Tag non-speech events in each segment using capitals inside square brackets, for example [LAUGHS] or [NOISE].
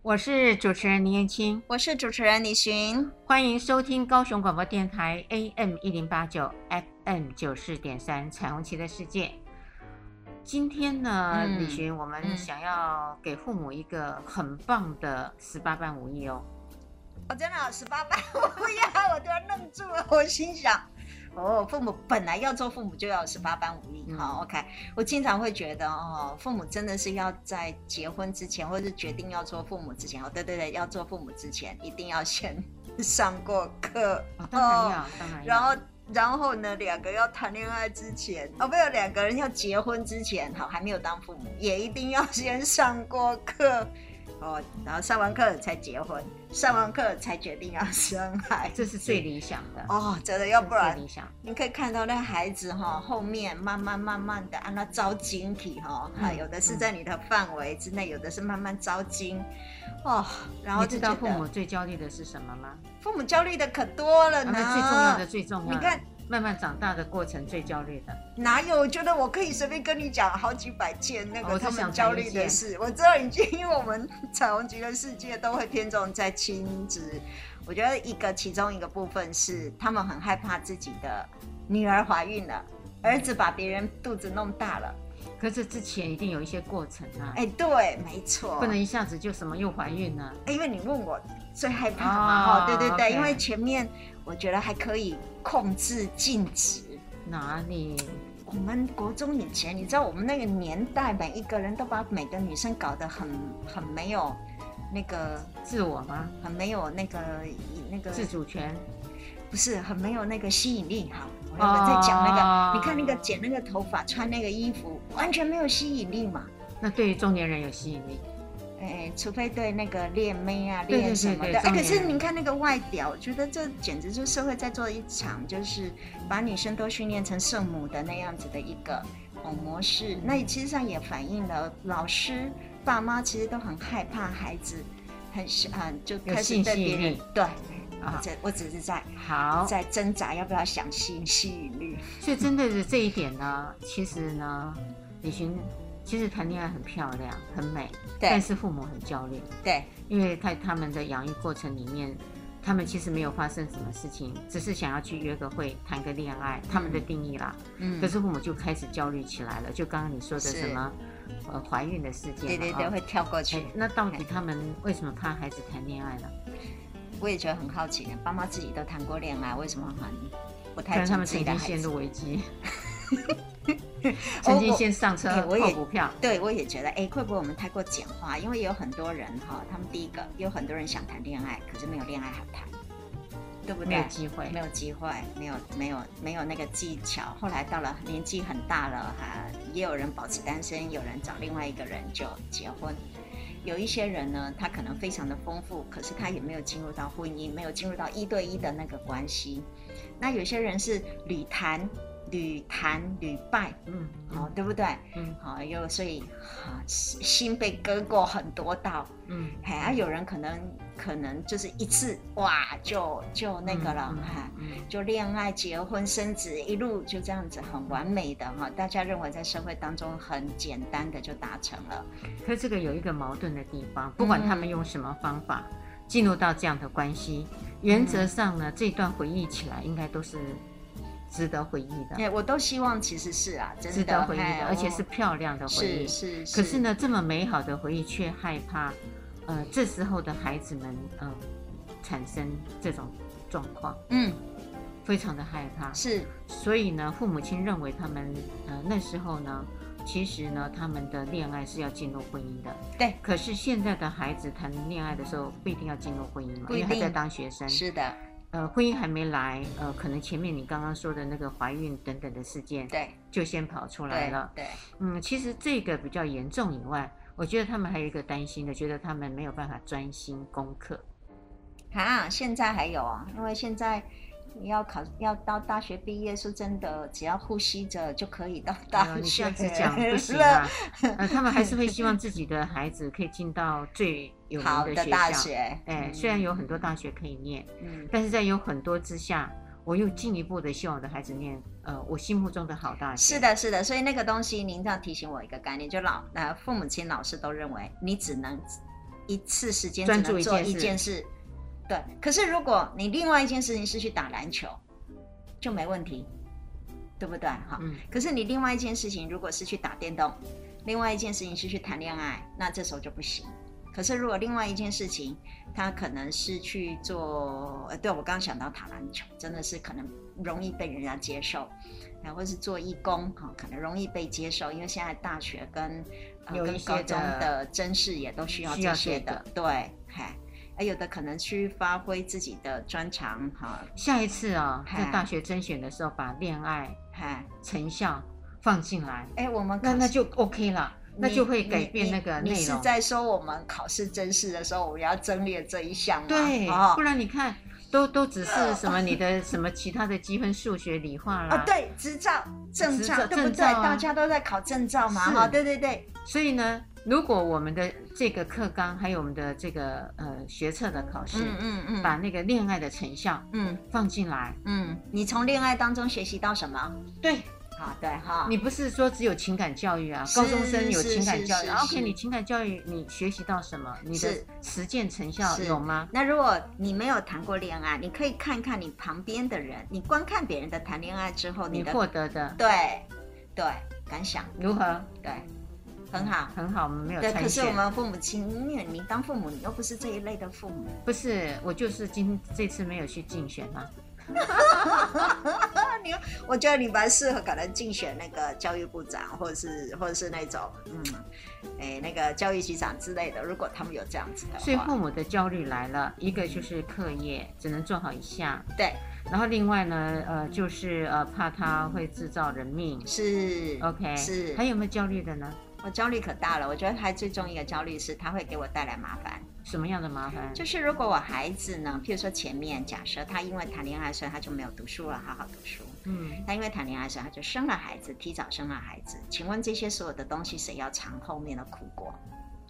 我是主持人林燕青，我是主持人李寻。欢迎收听高雄广播电台 AM 一零八九 FM 九四点三《彩虹旗的世界》。今天呢，嗯李寻，我们嗯想要给父母一个很棒的十八般武艺哦。我真的十八班， [LAUGHS] 我不要，我都要愣住了。我心想，哦，父母本来要做父母就要十八般武艺。嗯好、o k 我经常会觉得，哦，父母真的是要在结婚之前，或者是决定要做父母之前，哦，对对对，要做父母之前，一定要先 [LAUGHS] 上过课。哦，当然要，哦当然要。然后，然后呢，两个要谈恋爱之前，哦，不有两个人要结婚之前，好，还没有当父母，也一定要先上过课， [LAUGHS] 哦，然后上完课才结婚，上完课才决定要生孩子。 [LAUGHS] 这是最理想的，哦，真的，这要是不然最理想。你可以看到那孩子哈、后面慢慢慢慢的让他招晶体哈、嗯啊，有的是在你的范围之内，有的是慢慢招晶，哦，然后你就知觉道得父母最焦虑的是什么吗？父母焦虑的可多啊了呢。那最重要的，最重要的，嗯你看。慢慢长大的过程最焦虑的。哪有？我觉得我可以随便跟你讲好几百件那哦我个是他想们焦虑谈一的事。我知道已经，因为我们彩虹局的世界都会偏重在亲子。我觉得一个其中一个部分是他们很害怕自己的女儿怀孕了，儿子把别人肚子弄大了。可是之前一定有一些过程啊，哎，对，没错，不能一下子就什么又怀孕啊了。因为你问我最害怕嘛，哦哦，对对 OK 对，因为前面我觉得还可以控制禁止。哪里？我们国中以前，你知道我们那个年代，每一个人都把每个女生搞得很很没有那个，自我吗？很没有那个那个，自主权？不是很没有那个吸引力哈。我原本在讲那个，哦你看那个剪那个头发，穿那个衣服，完全没有吸引力嘛。那对于中年人有吸引力，哎，除非对那个恋妹啊、对对恋什么对的。哎，中可是年你看那个外表，我觉得这简直就是社会在做一场，就是把女生都训练成圣母的那样子的一个哦模式。那其实上也反映了老师、爸妈其实都很害怕孩子，很啊就有开始性对吸别引人力对。啊我只我只是在好，在挣扎要不要想吸吸引力。所以针对着这一点呢，其实呢，李寻其实谈恋爱很漂亮、很美，但对是父母很焦虑，对因为在他们的养育过程里面，他们其实没有发生什么事情，只是想要去约个会、谈个恋爱，他们的定义啦。嗯可是父母就开始焦虑起来了，就刚刚你说的是什么呃怀孕的事件嘛，对对对，哦会跳过哎去。那到底他们为什么怕孩子谈恋爱呢？我也觉得很好奇，爸妈自己都谈过恋爱，为什么很不可太能他准们自曾己的经孩陷子？哦入危机，曾经我先上车哎我也泡股票，对，我也觉得，哎，会不会我们太过简化？因为有很多人哈，他们第一个有很多人想谈恋爱，可是没有恋爱好谈，对不没对有？机会没。有机会，没有没有没有那个技巧。后来到了年纪很大了，哈、也有人保持单身，有人找另外一个人就结婚。有一些人呢，他可能非常的丰富，可是他也没有进入到婚姻，没有进入到一对一的那个关系。那有些人是屡谈、屡谈、屡败，嗯，哦嗯，对不对？嗯好、又所以啊，心心被割过很多刀。嗯，哎，啊，有人可能可能就是一次哇，就就那个了，哎嗯哈、嗯就恋爱、结婚、生子，一路就这样子很完美的哈，大家认为在社会当中很简单的就达成了。可是这个有一个矛盾的地方，不管他嗯们用什么方法进入到这样的关系，原则嗯上呢，这段回忆起来应该都是值得回忆的，哎，我都希望其实是啊，真值的得啊回忆哎的，而且我是漂亮的回忆。是是是，可是，呢，这么美好的回忆却害怕，呃，这时候的孩子们，嗯、产生这种状况，嗯，非常的害怕。是所以呢，父母亲认为他们，呃，那时候呢，其实呢，他们的恋爱是要进入婚姻的。对。可是现在的孩子谈恋爱的时候，不一定要进入婚姻嘛，不因一为还在定当学生。是的，呃，婚姻还没来，呃，可能前面你刚刚说的那个怀孕等等的事件，对就先跑出来对了。对，嗯，其实这个比较严重以外，我觉得他们还有一个担心的，觉得他们没有办法专心功课。啊，现在还有啊，因为现在。你要考要到大学毕业，说真的，只要呼吸着就可以到大哎学呦了。你这样子讲不行 [LAUGHS] 啊！呃，他们还是会希望自己的孩子可以进到最有名好的学大校。学，哎，嗯虽然有很多大学可以念，嗯，但是在有很多之下，我又进一步的希望我的孩子念呃我心目中的好大学。是，的，是的，所以那个东西，您这样提醒我一个概念，就老呃，父母亲、老师都认为你只能一次时间只专能注一做件一事件事，对。可是如果你另外一件事情是去打篮球，就没问题，对不对？哈、嗯可是你另外一件事情如果是去打电动，另外一件事情是去谈恋爱，那这时候就不行。可是如果另外一件事情，他可能是去做，呃，对我刚刚想到打篮球，真的是可能容易被人家接受，然后是做义工哈、可能容易被接受，因为现在大学跟、呃、有一跟些高中的的甄试也都需要需要这些这的，对，嘿，还有的可能去发挥自己的专长哈，下一次啊、嗨在大学甄选的时候把恋爱嘿，成效放进来，哎，我们那考那试就 OK 了，那你就会你改变你那个你内是容。在说我们考试真试的时候，我们要增列这一项吗？对，哦不然你看，都都只是什么你的什么其他的积分、数学、理化啦。啊，对，执照、证执照，照对不证对？照啊大家都在考证照嘛，是哈，对对对，所以呢，如果我们的这个课纲，还有我们的这个呃学测的考试，嗯嗯嗯，把那个恋爱的成效嗯放进来，嗯，你从恋爱当中学习到什么？对好，对哈，你不是说只有情感教育啊，是高中生有情感教是育是啊是，OK，你情感教育你学习到什么？你的是实践成效是有吗？那如果你没有谈过恋爱，你可以看看你旁边的人，你观看别人的谈恋爱之后，你的获得的对对感想，如何？对，很好。很好，我们没嗯有对，参可是我选。们父母亲，因为你当父母，你又不是这一类的父母，不是，我就是今这次没有去竞选啊嘛。我觉得你蛮适合，可能竞选那个教育部长，或者是或者是那种嗯，哎、那个教育局长之类的。如果他们有这样子所以的话，父母的焦虑来了，一个就是课业只能做好一项，对，然后另外呢，呃，就是呃怕他会制造人命。是 OK，是还有没有焦虑的呢？我焦虑可大了。我觉得他最重一个焦虑是，他会给我带来麻烦。什么样的麻烦？就是如果我孩子呢，譬如说前面假设他因为谈恋爱，所以他就没有读书了，好好读书。嗯，他因为谈恋爱，所以他就生了孩子，提早生了孩子。请问这些所有的东西，谁要尝后面的苦果？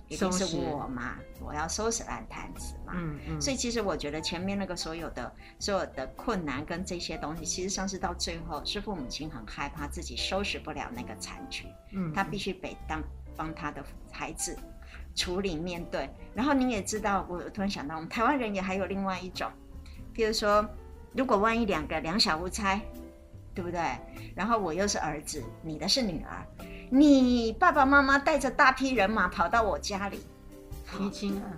一收定拾是我嘛？我要收拾烂摊子嘛？嗯嗯，所以其实我觉得前面那个所有的所有的困难跟这些东西，其实上是到最后是父母亲很害怕自己收拾不了那个残局，嗯他必须得当帮他的孩子处理面对。然后你也知道，我突然想到，我们台湾人也还有另外一种，比如说，如果万一两个两小无猜，对不对？然后我又是儿子，你的是女儿，你爸爸妈妈带着大批人马跑到我家里，提亲啊，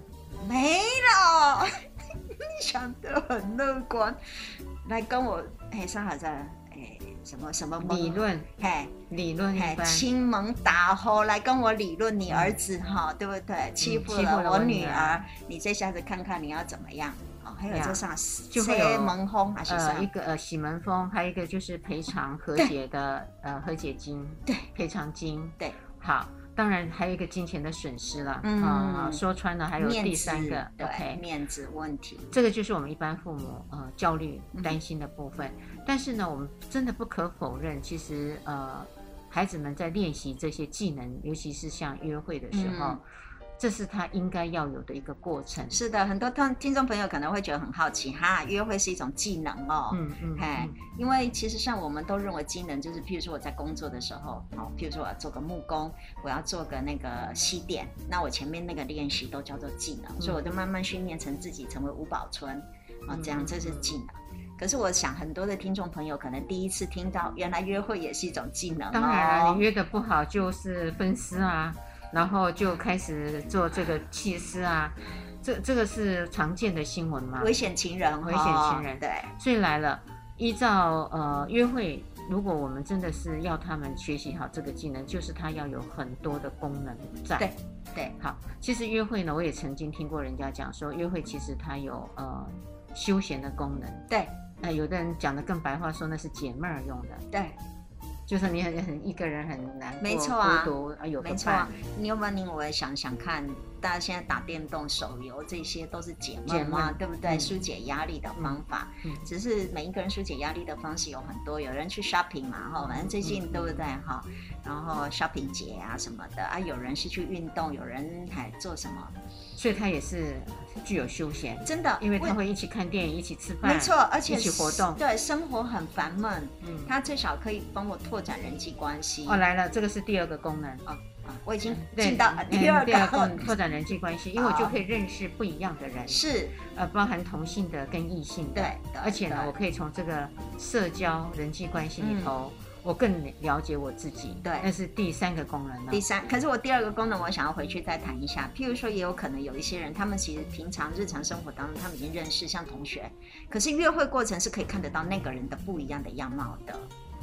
没了， [LAUGHS] 你想得很乐观，来跟我哎，上海在哎什么什么盟理论哎理论一哎般，亲盟打吼来跟我理论你儿子哈、对不对？欺负嗯欺负了了我我女女儿儿，你这下子看看你要怎么样哦？还有呀这上就会有盟轰还是啥呃，一？个呃喜门风，还有一个就是赔偿和解的呃和解金，对，赔偿金，对，好，当然还有一个金钱的损失了，嗯啊说穿了还有面第子三个对，OK，面子问题，这个就是我们一般父母呃焦虑嗯担心的部分。但是呢，我们真的不可否认，其实呃孩子们在练习这些技能，尤其是像约会的时候，嗯这是他应该要有的一个过程。是的，很多听听众朋友可能会觉得很好奇哈，约会是一种技能哦，嗯嗯，哎嗯，因为其实像我们都认为技能就是，譬如说我在工作的时候，哦，譬如说我要做个木工，我要做个那个西点，那我前面那个练习都叫做技能，所以我就慢慢训练成自己成为五宝村，啊、哦，这嗯样嗯这是技能。可是我想很多的听众朋友可能第一次听到，原来约会也是一种技能、哦。当然啊了，你约的不好就是分尸啊，然后就开始做这个弃尸啊，这这个是常见的新闻嘛。危险情人哦，危险情人对，所以来了，依照呃约会，如果我们真的是要他们学习好这个技能，就是它要有很多的功能在。对对，好，其实约会呢，我也曾经听过人家讲说，约会其实它有呃休闲的功能。对那有的人讲的更白话，说那是解闷儿用的，对，就是你很很一个人很难过，没错啊孤独，呃有个没错伴。。你有没有？你我也想想看，大家现在打电动、手游这些都是解闷嘛，解闷对不对？嗯疏解压力的方法。嗯只是每一个人疏解压力的方式有很多，有人去 shopping 嘛，哈，反正最近嗯对不对哈？然后 shopping 节啊什么的啊，有人是去运动，有人还做什么？所以它也是具有休闲，真的，因为我他会一起看电影，一起吃饭，没错，，而且一起活动对生活很烦闷，嗯，他至少可以帮我拓展人际关系。哦来了，这个是第二个功能，哦啊，我已经哦对进到呃第二嗯第二个个，拓展人际关系，因为我就可以认识不一样的人，是呃，包含同性的跟异性的对，，对而且呢，我可以从这个社交人际关系里头，我更了解我自己。嗯对那是第三个功能了第。三，可是我第二个功能，我想要回去再谈一下。譬如说，也有可能有一些人，他们其实平常日常生活当中，他们已经认识，像同学，可是约会过程是可以看得到那个人的不一样的样貌的。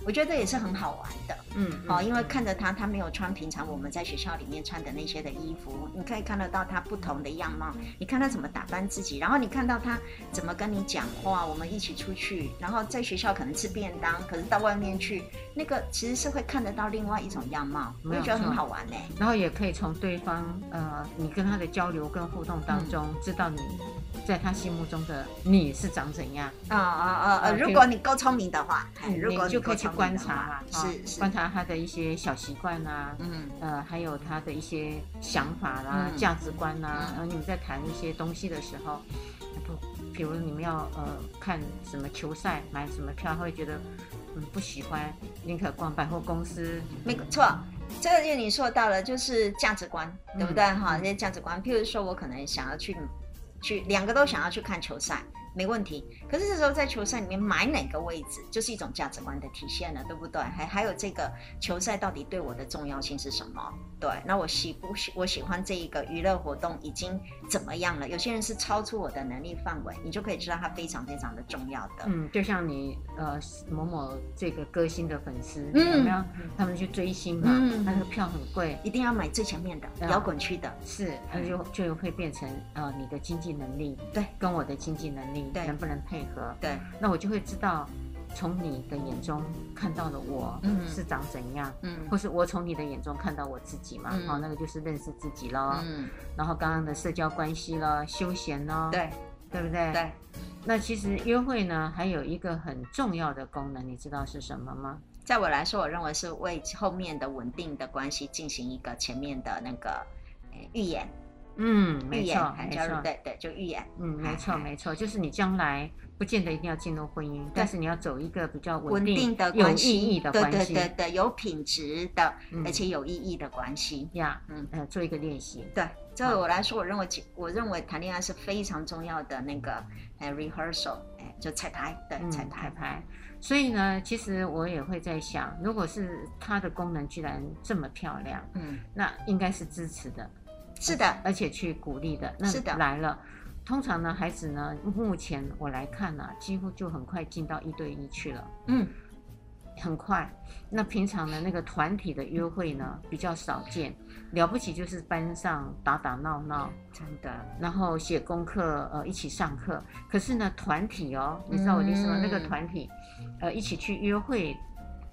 我觉得也是很好玩的，嗯，好、嗯哦因为看着他，他没有穿平常我们在学校里面穿的那些的衣服，你可以看得到他不同的样貌，你看他怎么打扮自己，然后你看到他怎么跟你讲话，我们一起出去，然后在学校可能吃便当，可是到外面去，那个其实是会看得到另外一种样貌，我就觉得很好玩呢、然后也可以从对方呃，你跟他的交流跟互动当中，嗯知道你在他心目中的你是长怎样，啊啊啊啊！啊如就果你够聪明的话，哎如果你就可以去够聪明观的话察啊，是是，观察他的一些小习惯啊，嗯呃，还有他的一些想法啦、嗯价值观啦嗯，然后你们在谈一些东西的时候，不，比如你们要呃看什么球赛，买什么票，他会觉得嗯不喜欢，宁可逛百货公司。没错。这个就你说到了，就是价值观，对不对？嗯哈、嗯这些价值观，譬如说我可能想要去，去两个都想要去看球赛，没问题。可是这时候在球赛里面买哪个位置，就是一种价值观的体现了，对不对？还还有这个球赛到底对我的重要性是什么？对，那我喜不喜我喜欢这一个娱乐活动已经怎么样了？有些人是超出我的能力范围，你就可以知道它非常非常的重要的。嗯，就像你呃某某这个歌星的粉丝，嗯有没有他们去追星嘛？嗯那个票很贵，一定要买最前面的、嗯摇滚区的，是，那就就会变成呃你的经济能力嗯对跟我的经济能力对能不能配合？对，那我就会知道，从你的眼中看到了我嗯是长怎样，嗯或是我从你的眼中看到我自己嘛，嗯好，那个就是认识自己咯。嗯，然后刚刚的社交关系咯，休闲咯，对对不对？对。那其实约会呢，还有一个很重要的功能，你知道是什么吗？在我来说，我认为是为后面的稳定的关系进行一个前面的那个呃预演，嗯，预没演错，还没加入错，对对，就预演，嗯，没错，哎没错，就是你将来不见得一定要进入婚姻，但是你要走一个比较稳定的有关意系，义的对关对系，对对，有品质的，嗯而且有意义的关系。呀，嗯呃，做一个练习，对，这对我来说，我认为其我认为谈恋爱是非常重要的那个呃 rehearsal，哎，就彩排，对嗯，彩彩排，排。所以呢，其实我也会在想，如果是它的功能居然这么漂亮，嗯，那应该是支持的，是的，而且去鼓励的。那是的来了，通常呢，孩子呢，目前我来看呢、几乎就很快进到一对一去了，嗯很快。那平常呢，那个团体的约会呢比较少见，了不起就是班上打打闹闹，真的，然后写功课，呃，一起上课。可是呢，团体哦，你知道我的意思吗？嗯那个团体，呃，一起去约会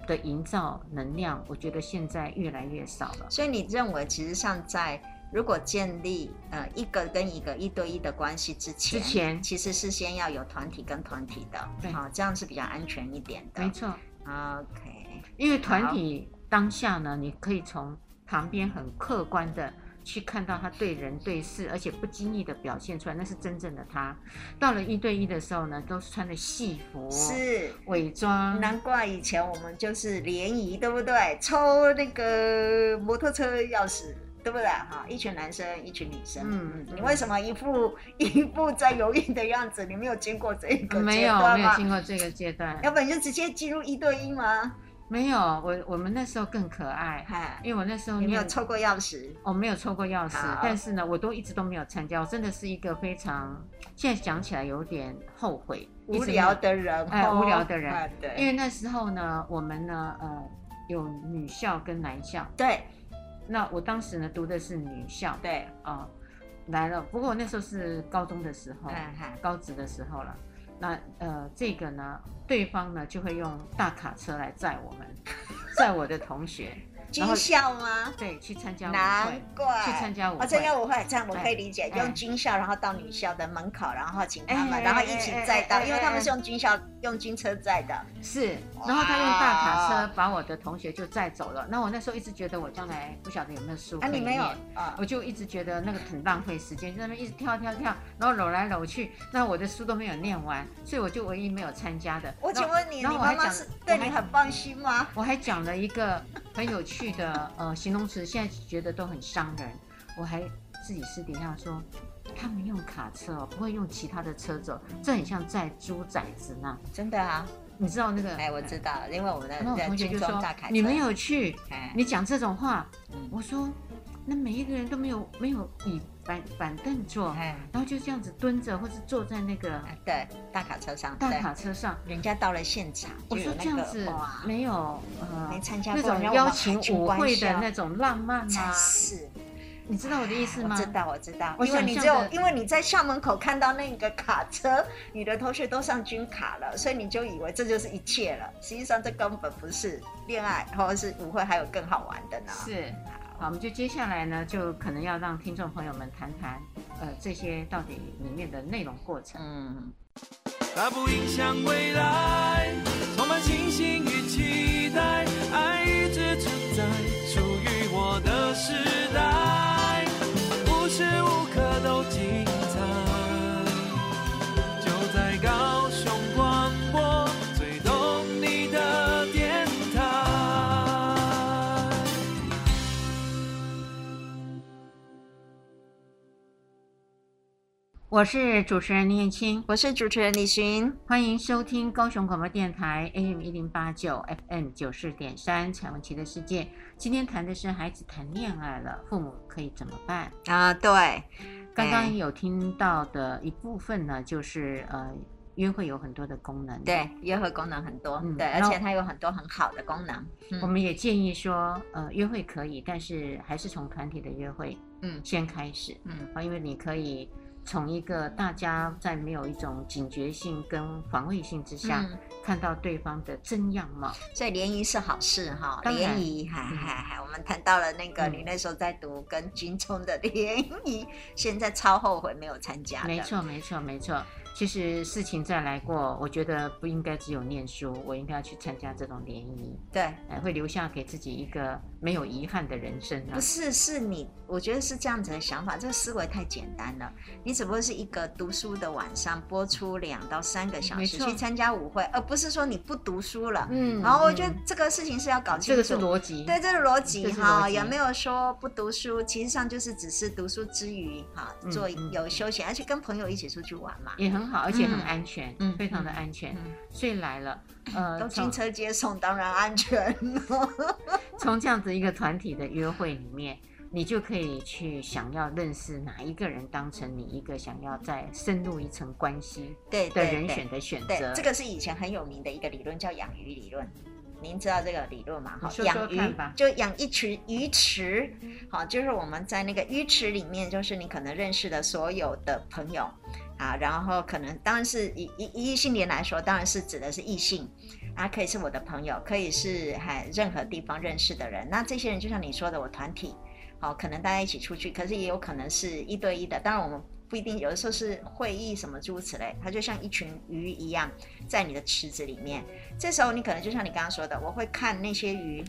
的营造能量，我觉得现在越来越少了。所以你认为，其实上在如果建立呃一个跟一个一对一的关系之前，之前其实是先要有团体跟团体的，对好、这样是比较安全一点的没。错， OK，因为团体当下呢，你可以从旁边很客观的。去看到他对人对事，而且不经意的表现出来，那是真正的他。到了一对一的时候呢，都是穿的戏服、是。伪装，难怪以前我们就是联谊，对不对？抽那个摩托车钥匙，对不对？哈，一群男生，一群女生。嗯你为什么一副一副在犹豫的样子？你没有经过这个没阶有段没有吗？经过这个阶段，要不然就直接进入一对一 [LAUGHS] 吗？没有我我们那时候更可爱，哎，因为我那时候你没有念抽过钥匙？我没有抽过钥匙好，但是呢，我都一直都没有参加。我真的是一个非常，现在想起来有点后悔，无聊一直的人，哎哦无聊的人哎没有。因对，为那时候呢，我们呢，呃，有女校跟男校。对那我当时呢，读的是女校啊、对，来了。不过我那时候是高中的时候，哎嗨，高职的时候了。那呃，这个呢，对方呢就会用大卡车来载我 [LAUGHS] 们，载我的同学，然后军校吗？对，去参加舞难会，去参怪。加舞哦，会。参加舞会，这样我哎可以理解，哎用军校，然后到女校的门口，然后请他哎们，哎然后一起再到，哎哎因为他们是用军校用军车载的，是，哇然后他用大卡车把我的同学就载走了。那我那时候一直觉得我将来不晓得有没有书可啊，以你没念，有啊？我就一直觉得那个很浪费时间，就在那边一直跳跳跳，然后搂来搂去，那我的书都没有念完，所以我就唯一没有参加的。我然后请问你，你然后我还妈妈讲是我对还你很放心吗？我还讲了一个很有趣的呃形容词，现在觉得都很伤人。我还自己私底下说，他们用卡车哦，不会用其他的车走，这很像在猪崽子那。真的啊，你知道那个？哎，我知道，因为我们然后嗯的我在同学军就装说大卡车，你没有去，哎，你讲这种话嗯，我说那每一个人都没有没有椅板板凳坐，哎，然后就这样子蹲着或是坐在那个对，大卡车上，大对，卡车上。人家到了现场我就有说那这样个子哇没有呃没参加那过，种然后我邀们请还去舞官会的校那种浪漫真吗？啊是，你知道我的意思吗我？知道，我知道，我因为你想只有象的因为你在校门口看到那个卡车，你的同学都上军卡了，所以你就以为这就是一切了。实际上这根本不是恋爱，或者是舞会，还有更好玩的呢。是，好，我们就接下来呢，就可能要让听众朋友们谈谈，呃，这些到底里面的内容过程。嗯，它不影响未来，充满信心与期待，爱一直存在，属于我的时代，无时无刻都精彩。就在高雄广播最懂你的电台。我是主持人念青，我是主持人李寻，欢迎收听高雄广播电台 AM 一零八九 FM 九四点三《彩虹旗的世界》。今天谈的是孩子谈恋爱了，父母可以怎么办？啊，对，刚哎刚有听到的一部分呢，就是呃，约会有很多的功能。对，约会功能很多，嗯对，而然后且它有很多很好的功能。嗯我们也建议说，呃，约会可以，但是还是从团体的约会，嗯先开始嗯啊，因为你可以从一个大家在没有一种警觉性跟防卫性之下，嗯，看到对方的真样貌。所以联谊是好事哈，当然联谊，嗨嗨嗨，我们谈到了那个嗯你那时候在读跟军中的联谊，现在超后悔没有参加的。没错，没错，没错。其实事情再来过，我觉得不应该只有念书，我应该去参加这种联谊，对，哎，会留下给自己一个没有遗憾的人生啊不。是，是你，我觉得是这样子的想法，这个思维太简单了。你只不过是一个读书的晚上播出两到三个小没时错去参加舞会，而不是说你不读书了。嗯然后我觉得嗯这个事情是要搞清楚。这个是逻辑，对，这个逻辑这是哈，逻辑有没有说不读书？其实上就是只是读书之余哈，嗯做嗯有休闲，而且跟朋友一起出去玩嘛。也很好，而且很嗯安全，嗯非常的嗯安全。嗯所以来了，呃， [COUGHS] 都从军车接送，当然安全 [LAUGHS] 了。从这样子一个团体的约会里面，你就可以去想要认识哪一个人，当成你一个想要再深入一层关系对的对人对选的选对，择。这个是以前很有名的一个理论，叫养鱼理论。您知道这个理论吗？你说说养鱼看吧就养一群鱼池，好，就是我们在那个鱼池里面，就是你可能认识的所有的朋友啊，然后可能当然是以以以异性恋来说，当然是指的是异性啊，可以是我的朋友，可以是还任何地方认识的人。那这些人就像你说的，我团体好，可能大家一起出去，可是也有可能是一对一的。当然我们不一定，有的时候是会议什么诸如此类，它就像一群鱼一样，在你的池子里面。这时候你可能就像你刚刚说的，我会看那些鱼。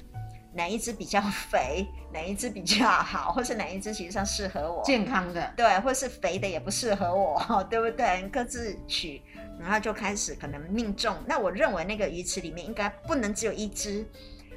哪一只比较 [LAUGHS] 肥，哪一只比较好，或是哪一只其实上适合我？健康的，对，或是肥的也不适合我，对不对？各自取，然后就开始可能命中。那我认为那个鱼池里面应该不能只有一只，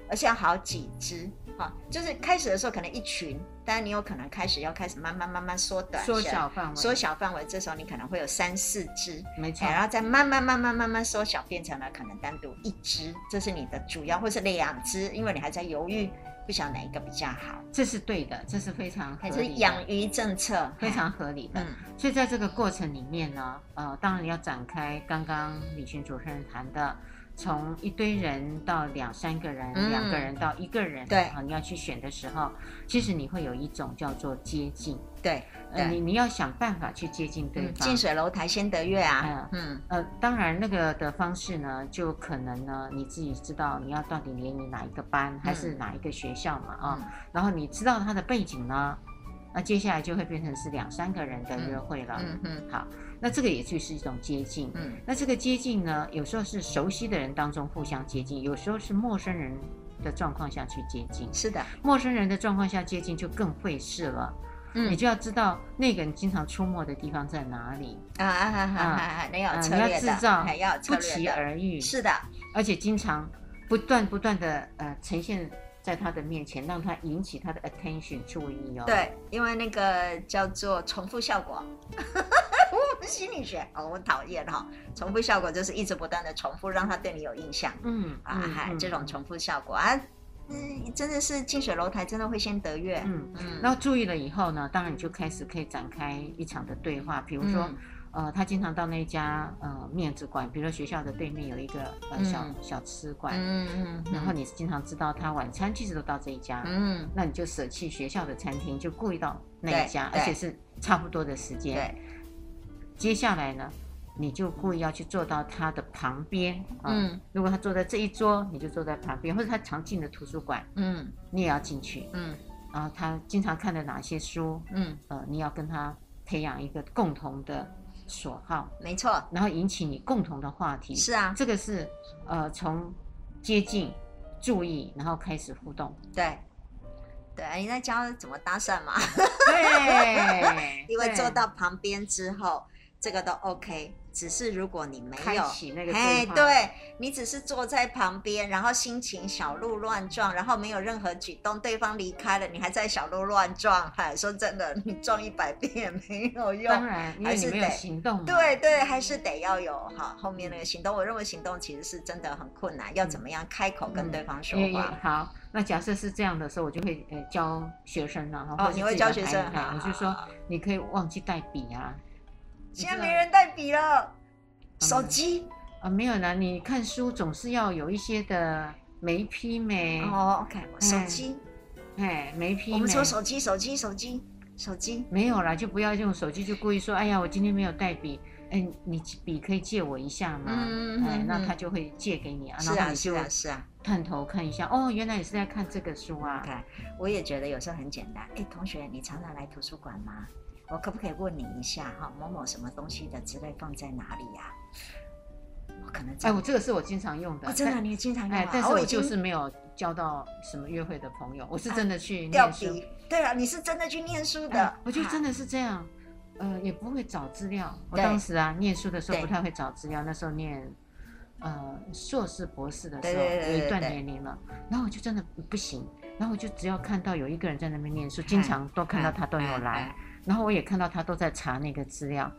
而是要好几只。啊，就是开始的时候可能一群，但是你有可能开始要开始慢慢慢慢缩短，缩小范围，缩，小范围。这时候你可能会有三四只，没错哎，，然后再慢慢慢慢慢慢缩小，变成了可能单独一只，这是你的主要，或是两只，因为你还在犹豫，不晓得哪一个比较好。这是对的，这是非常合还理是的，养鱼政策非常合理的。嗯。所以在这个过程里面呢，呃，当然要展开刚刚李群主持人谈的，从一堆人到两三个人，嗯两个人到一个人，对啊，你要去选的时候，其实你会有一种叫做接近，对，呃，对你你要想办法去接近对嗯，方。近水楼台先得月啊，嗯，呃，当然，那个的方式呢，就可能呢，你自己知道你要到底联谊哪一个班，还是哪一个学校嘛啊、嗯然后你知道他的背景呢，那接下来就会变成是两三个人的约会了。嗯嗯好，那这个也就是一种接近。嗯那这个接近呢，有时候是熟悉的人当中互相接近，有时候是陌生人的状况下去接近。是的，陌生人的状况下接近就更费事了，你嗯就要知道那个人经常出没的地方在哪里，啊啊啊啊啊，那要啊策你要略制的，造还要策不略期的，而遇，是的，而且经常不断不断的呃呈现在他的面前，让他引起他的 attention 注意哦。，对，因为那个叫做重复效果， [LAUGHS] 我们心理学，哦，我讨厌哈、重复效果就是一直不断的重复，让他对你有印象嗯啊，嗯嗨，嗯这种重复效果啊，嗯，真的是近水楼台，真的会先得月。嗯。嗯，然后注意了以后呢，当然你就开始可以展开一场的对话，比如说，嗯呃，他经常到那家呃面子馆，比如说学校的对面有一个呃小、嗯小吃馆，嗯嗯，然后你经常知道他晚餐其实都到这一家，嗯，那你就舍弃学校的餐厅，就故意到那对一家，对而且是差不多的时间。对，接下来呢，你就故意要去坐到他的旁边，啊嗯如果他坐在这一桌，你就坐在旁边，或者他常进的图书馆，嗯你也要进去。嗯然后他经常看的哪些书，嗯，呃，你要跟他培养一个共同的所好，没错，然后引起你共同的话题。是啊，这个是呃从接近、注意，然后开始互 [LAUGHS] 动。对。对，你在教怎么搭 [LAUGHS] 讪嘛？对因为对坐到旁边之后，这个都 OK。只是如果你没开有启那个对，哎话，对你只是坐在旁边，然后心情小鹿乱撞，然后没有任何举动，对方离开了，你还在小鹿乱撞，嗨，说真的，你撞一百遍也没有当用。然，因还为你是没有得行动嘛。对对，还是得要有哈后面那个行动。我认为行动其实是真的很困难，要怎么样开口跟嗯对方说因为，因为话？好，那假设是这样的时候，我就会呃教学生啊，哦或者你是会自己教的学孩生子啊好我就好说好你可以忘记带笔啊。你现在知没道人带笔了，嗯手机啊，没有啦，你看书总是要有一些的眉批眉，哦，OK，手哎机，哎，眉批我眉们。说手机，手机，手机，手机，没有啦，就不要用手机，就故意说，哎呀，我今天没有带笔，哎，你笔可以借我一下吗？嗯嗯哎嗯，那嗯他就会借给你啊，是然后啊，你是就啊，是啊。探头看一下，哦，原来你是在看这个书啊，看，我也觉得有时候很简单。哎，同学，你常常来图书馆吗？我可不可以问你一下哈，某某什么东西的之类放在哪里呀、我可能哎，在，我这个是我经常用的，哦、真的啊但你也经常用哎啊，，但是哦我已就经是没有交到什么约会的朋友，我是啊真的去掉念书笔，，对啊，你是真的去念书的，啊哎我觉得真的的是这样，呃，也不会找资料。我对当时啊，念书的时候对不太会找资料，那时候念呃硕士、博士的时对候，对对有对一段对年龄了，然后我就真的不行。然后我就只要看到有一个人在那边念书，经哎常都看到他都有来，，然后我也看到他都在查那个资料，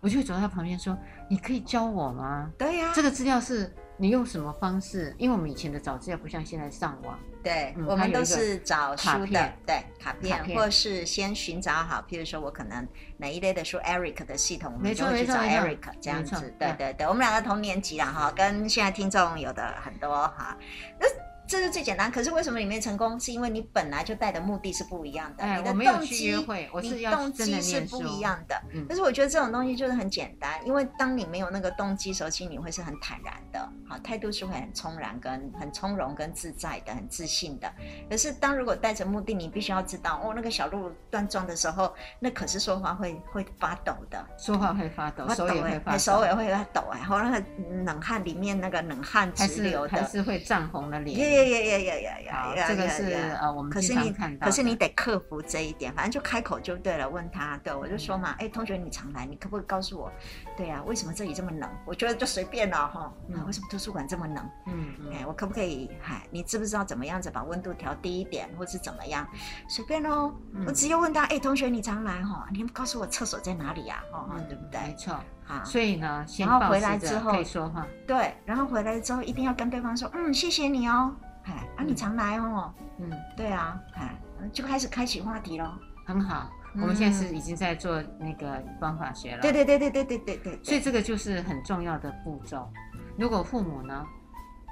我就会走到他旁边说：“你可以教我吗？对啊呀、这个资料是你用什么方式？因为我们以前的找资料不像现在上网，对，嗯我它们有都一个是找卡书的片，对卡片，片或是先寻找好，譬如说我可能哪一类的书，Eric 的系统，我们没就错会没去错找没错 Eric 这样没错子。对对对对，我们两个同年级啦哈，跟现在听众有的很多哈。那这是最简单，可是为什么你没成功？是因为你本来就带的目的是不一样的，哎你的我没有动去机约会我你是要动真的机是念不书一样的。嗯但是我觉得这种东西就是很简单，因为当你没有那个动机的时候，其实你会是很坦然的，好态度是会很从然、跟很从容、跟自在的、很自信的。可是当如果带着目的，你必须要知道，哦，那个小鹿乱撞的时候，那可是说话会会发抖的，说话会发抖，手也会发哎抖，手也会发抖哎，然后那个冷汗里面那个冷汗还直流是还的。是会涨红了脸。耶耶耶耶耶耶好，耶！这个耶是耶呃我们可是经你常看，到可的。是你得克服这一点，反正就开口就对了。问他，对我就说嗯嘛，哎、同学你常来，你可不可以告诉我，对啊，为什么这里这么冷？我觉得就随便了哈、嗯啊为什么图书馆这么冷？嗯嗯哎、我可不可以？嗨，你知不知道怎么样子把温度调低一点，或是怎么样？随便喽、嗯我直接问他，哎、同学你常来哈、你告诉我厕所在哪里呀、哦、嗯对不没对？错。好，所以呢，先然后保回来持着之后可以说话，对，然后回来之后一定要跟对方说，嗯，谢谢你哦，哎，啊你嗯常来哦，嗯，对啊，哎，就开始开启话题喽。很好。我们现在是已经在做那个方法学了，嗯对。对对对对对对对，啊所以这个就是很重要的步骤。如果父母呢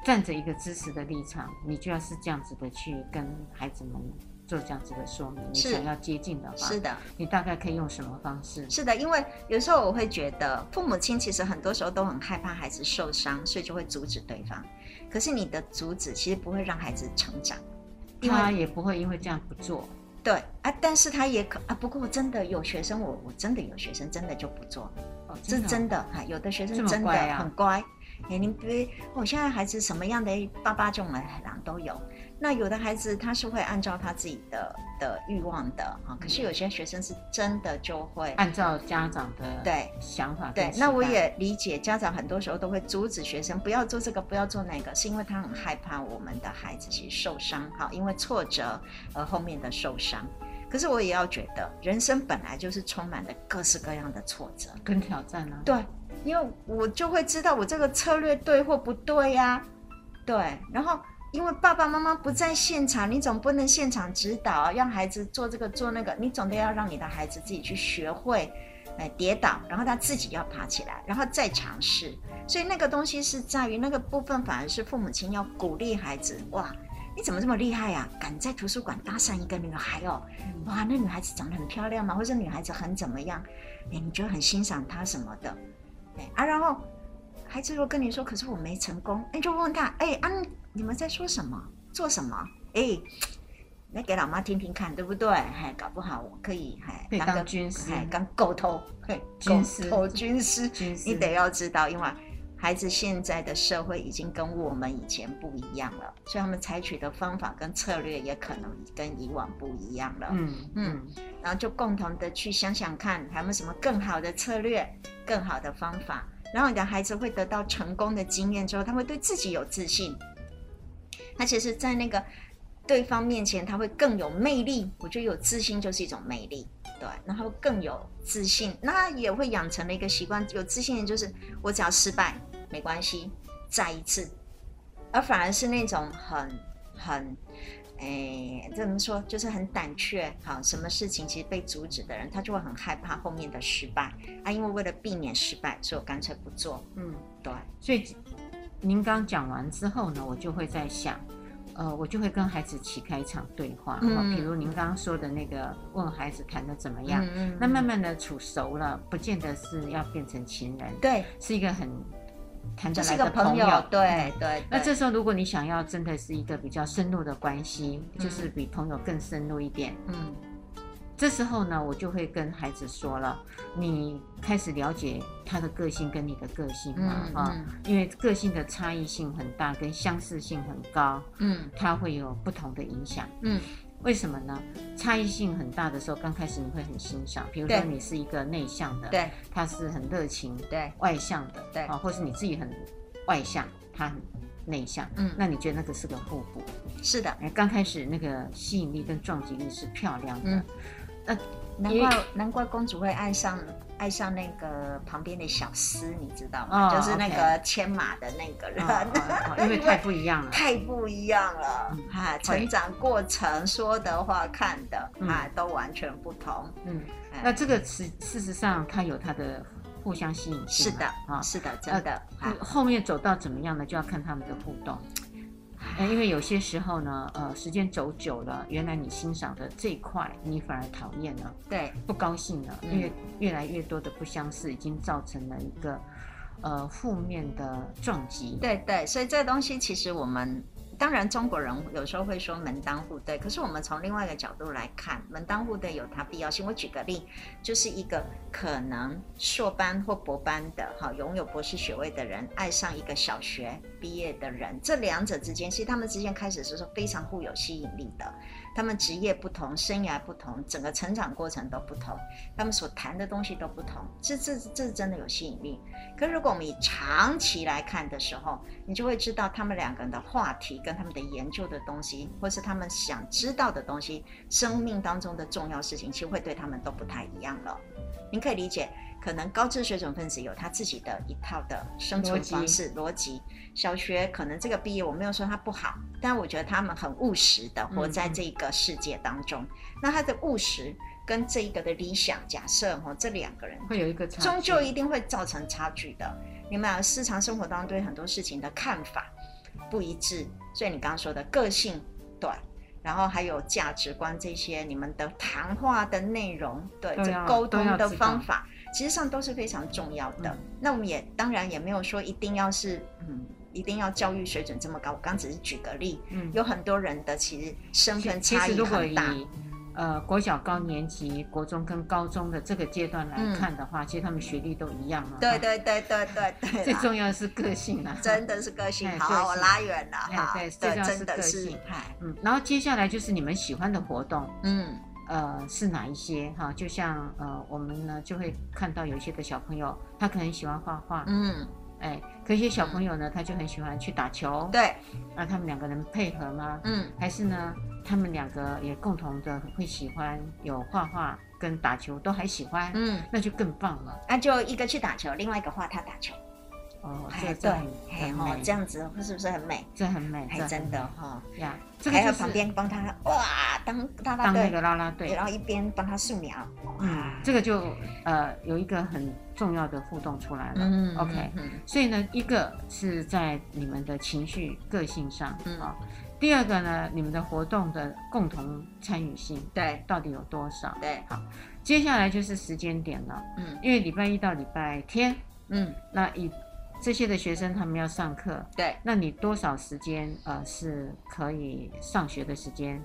站着一个支持的立场，你就要是这样子的去跟孩子们做这样子的说明。你是想要接近的话，是的，你大概可以用什么方式？是的，因为有时候我会觉得父母亲其实很多时候都很害怕孩子受伤，所以就会阻止对方。可是你的阻止其实不会让孩子成长，因他为也不会因为这样不做，对啊，但是他也可啊，不过真的有学生，我我真的有学生真的就不做，哦，这的哦真的哈、有的学这生么真的乖啊很乖。哎，你别，我现在孩子什么样的爸爸这种哎人狼都有。那有的孩子他是会按照他自己的的欲望的啊，可是有些学生是真的就会，嗯按照家长的对想法跟对。期那我待也理解，家长很多时候都会阻止学生不要做这个，不要做那个，是因为他很害怕我们的孩子去受伤，哈，因为挫折而后面的受伤。可是我也要觉得，人生本来就是充满了各式各样的挫折，跟挑战啊，对，因为我就会知道我这个策略对或不对呀、对，然后因为爸爸妈妈不在现场，你总不能现场指导，让孩子做这个做那个，你总得要让你的孩子自己去学会，哎，跌倒，然后他自己要爬起来，然后再尝试。所以那个东西是在于那个部分，反而是父母亲要鼓励孩子，哇。你怎么这么厉害呀、敢在图书馆搭讪一个女孩哦！嗯哇，那女孩子长得很漂亮嘛，或者女孩子很怎么样，哎、你觉得很欣赏她什么的，哎、啊，然后孩子如果跟你说，可是我没成功，哎、你就问他，哎、啊，你们在说什么，做什么？哎、来给老妈听听看，对不对？哎，搞不好我可以，哎，可以个当军师哎，当狗头，嘿军师狗头军师，军师你得要知道，因为孩子现在的社会已经跟我们以前不一样了，所以他们采取的方法跟策略也可能跟以往不一样了。嗯嗯嗯，然后就共同的去想想看，还有没有什么更好的策略、更好的方法。然后你的孩子会得到成功的经验之后，他会对自己有自信，而且是在那个对方面前，他会更有魅力。我觉得有自信就是一种魅力，对，然后更有自信，那也会养成了一个习惯。有自信的就是我只要失败没关系，再一次，而反而是那种很很哎，怎么说，就是很胆怯，好，什么事情其实被阻止的人，他就会很害怕后面的失败啊，因为为了避免失败，所以我干脆不做。嗯，对，所以您刚讲完之后呢，我就会在想，呃，我就会跟孩子起开一场对话，嗯哈比如您刚刚说的那个问孩子谈的怎么样，嗯那慢慢的处熟了，不见得是要变成情人，对，是一个很谈得就来是的个朋友嗯友，，嗯对对。那对这时候，如果你想要真的是一个比较深入的关系，就是比朋友更深入一点，嗯这时候呢，我就会跟孩子说了，你开始了解他的个性跟你的个性嘛，嗯啊、嗯因为个性的差异性很大，跟相似性很高，嗯它会有不同的影响。嗯为什么呢？差异性很大的时候，刚开始你会很欣赏，比如说对你是一个内向的，对他是很热情，对，外向的，对啊，或是你自己很外向，他很内向，嗯那你觉得那个是个互补？是的，哎，刚开始那个吸引力跟撞击力是漂亮的，嗯难也怪难怪公主会爱上爱上那个旁边的小厮，你知道吗？哦就是那 OK 个牵马的那个人。啊 [LAUGHS] 啊啊因为太不一样了。太不一样了嗯啊！会成长过程说的话、看的嗯啊，都完全不同。嗯，哎那这个事事实上它有它的互相吸引是性的嘛，啊。呃是的，真的啊，后面走到怎么样呢？就要看他们的互动，呃因为有些时候呢，呃，时间走久了，原来你欣赏的这一块，你反而讨厌了，对，不高兴了，嗯因为越来越多的不相似，已经造成了一个呃负面的撞击。对对，所以这个东西其实我们当然中国人有时候会说门当户对，可是我们从另外一个角度来看，门当户对有它必要性。我举个例，就是一个可能硕班或博班的哈，拥有博士学位的人爱上一个小学毕业的人，这两者之间，其实他们之间开始是说非常互有吸引力的。他们职业不同，生涯不同，整个成长过程都不同，他们所谈的东西都不同，这这这真的有吸引力。可是如果我们以长期来看的时候，你就会知道他们两个人的话题、跟他们的研究的东西，或是他们想知道的东西，生命当中的重要事情，其实会对他们都不太一样了。您可以理解，可能高知水准分子有他自己的一套的生存逻辑方式逻辑，小学可能这个毕业我没有说他不好，但我觉得他们很务实的活在这个世界当中。那他的务实跟这一个的理想假设哦，这两个人会有一个差距终究一定会造成差距的。你们俩日常生活当中对很多事情的看法不一致，所以你刚刚说的个性对，然后还有价值观这些，你们的谈话的内容，对，都这要沟都通的要知道方法，其实上都是非常重要的。嗯那我们也当然也没有说一定要是嗯。一定要教育水准这么高，我刚只是举个例，嗯有很多人的其实身份其差实异如果很以大，呃国小高年级、国中跟高中的这个阶段来看的话，其实他们学历都一样嘛。嗯对哈。对对对 [LAUGHS] 对对最啦，重要的是个性啊。 [LAUGHS] 真的是个性哎。个好，性我拉远了哎哈对，最重对，要是真的个是性，哎，嗯，然后接下来就是你们喜欢的活动，嗯呃，是哪一些哈？就像呃，我们呢就会看到有一些的小朋友，他可能喜欢画画，嗯，哎，可一些小朋友呢，他就很喜欢去打球，对，那他们两个人配合吗？嗯还是呢，他们两个也共同的会喜欢有画画跟打球都还喜欢，嗯，那就更棒了那就一个去打球，另外一个画他打球，哦，这哎，这对很，哎很哦美，，这样子是不是很美？这很美，哎这，真的哈，呀，这个还就有是旁边帮他哇，当当当当那队个啦啦队然，后一边帮他素描，嗯哇，这个就呃有一个很重要的互动出来了。嗯 OK 嗯所以呢，一个是在你们的情绪个性上啊、嗯第二个呢，你们的活动的共同参与性对到底有多少？对，接下来就是时间点了，嗯因为礼拜一到礼拜天，嗯那以这些的学生他们要上课，对，那你多少时间呃是可以上学的时间？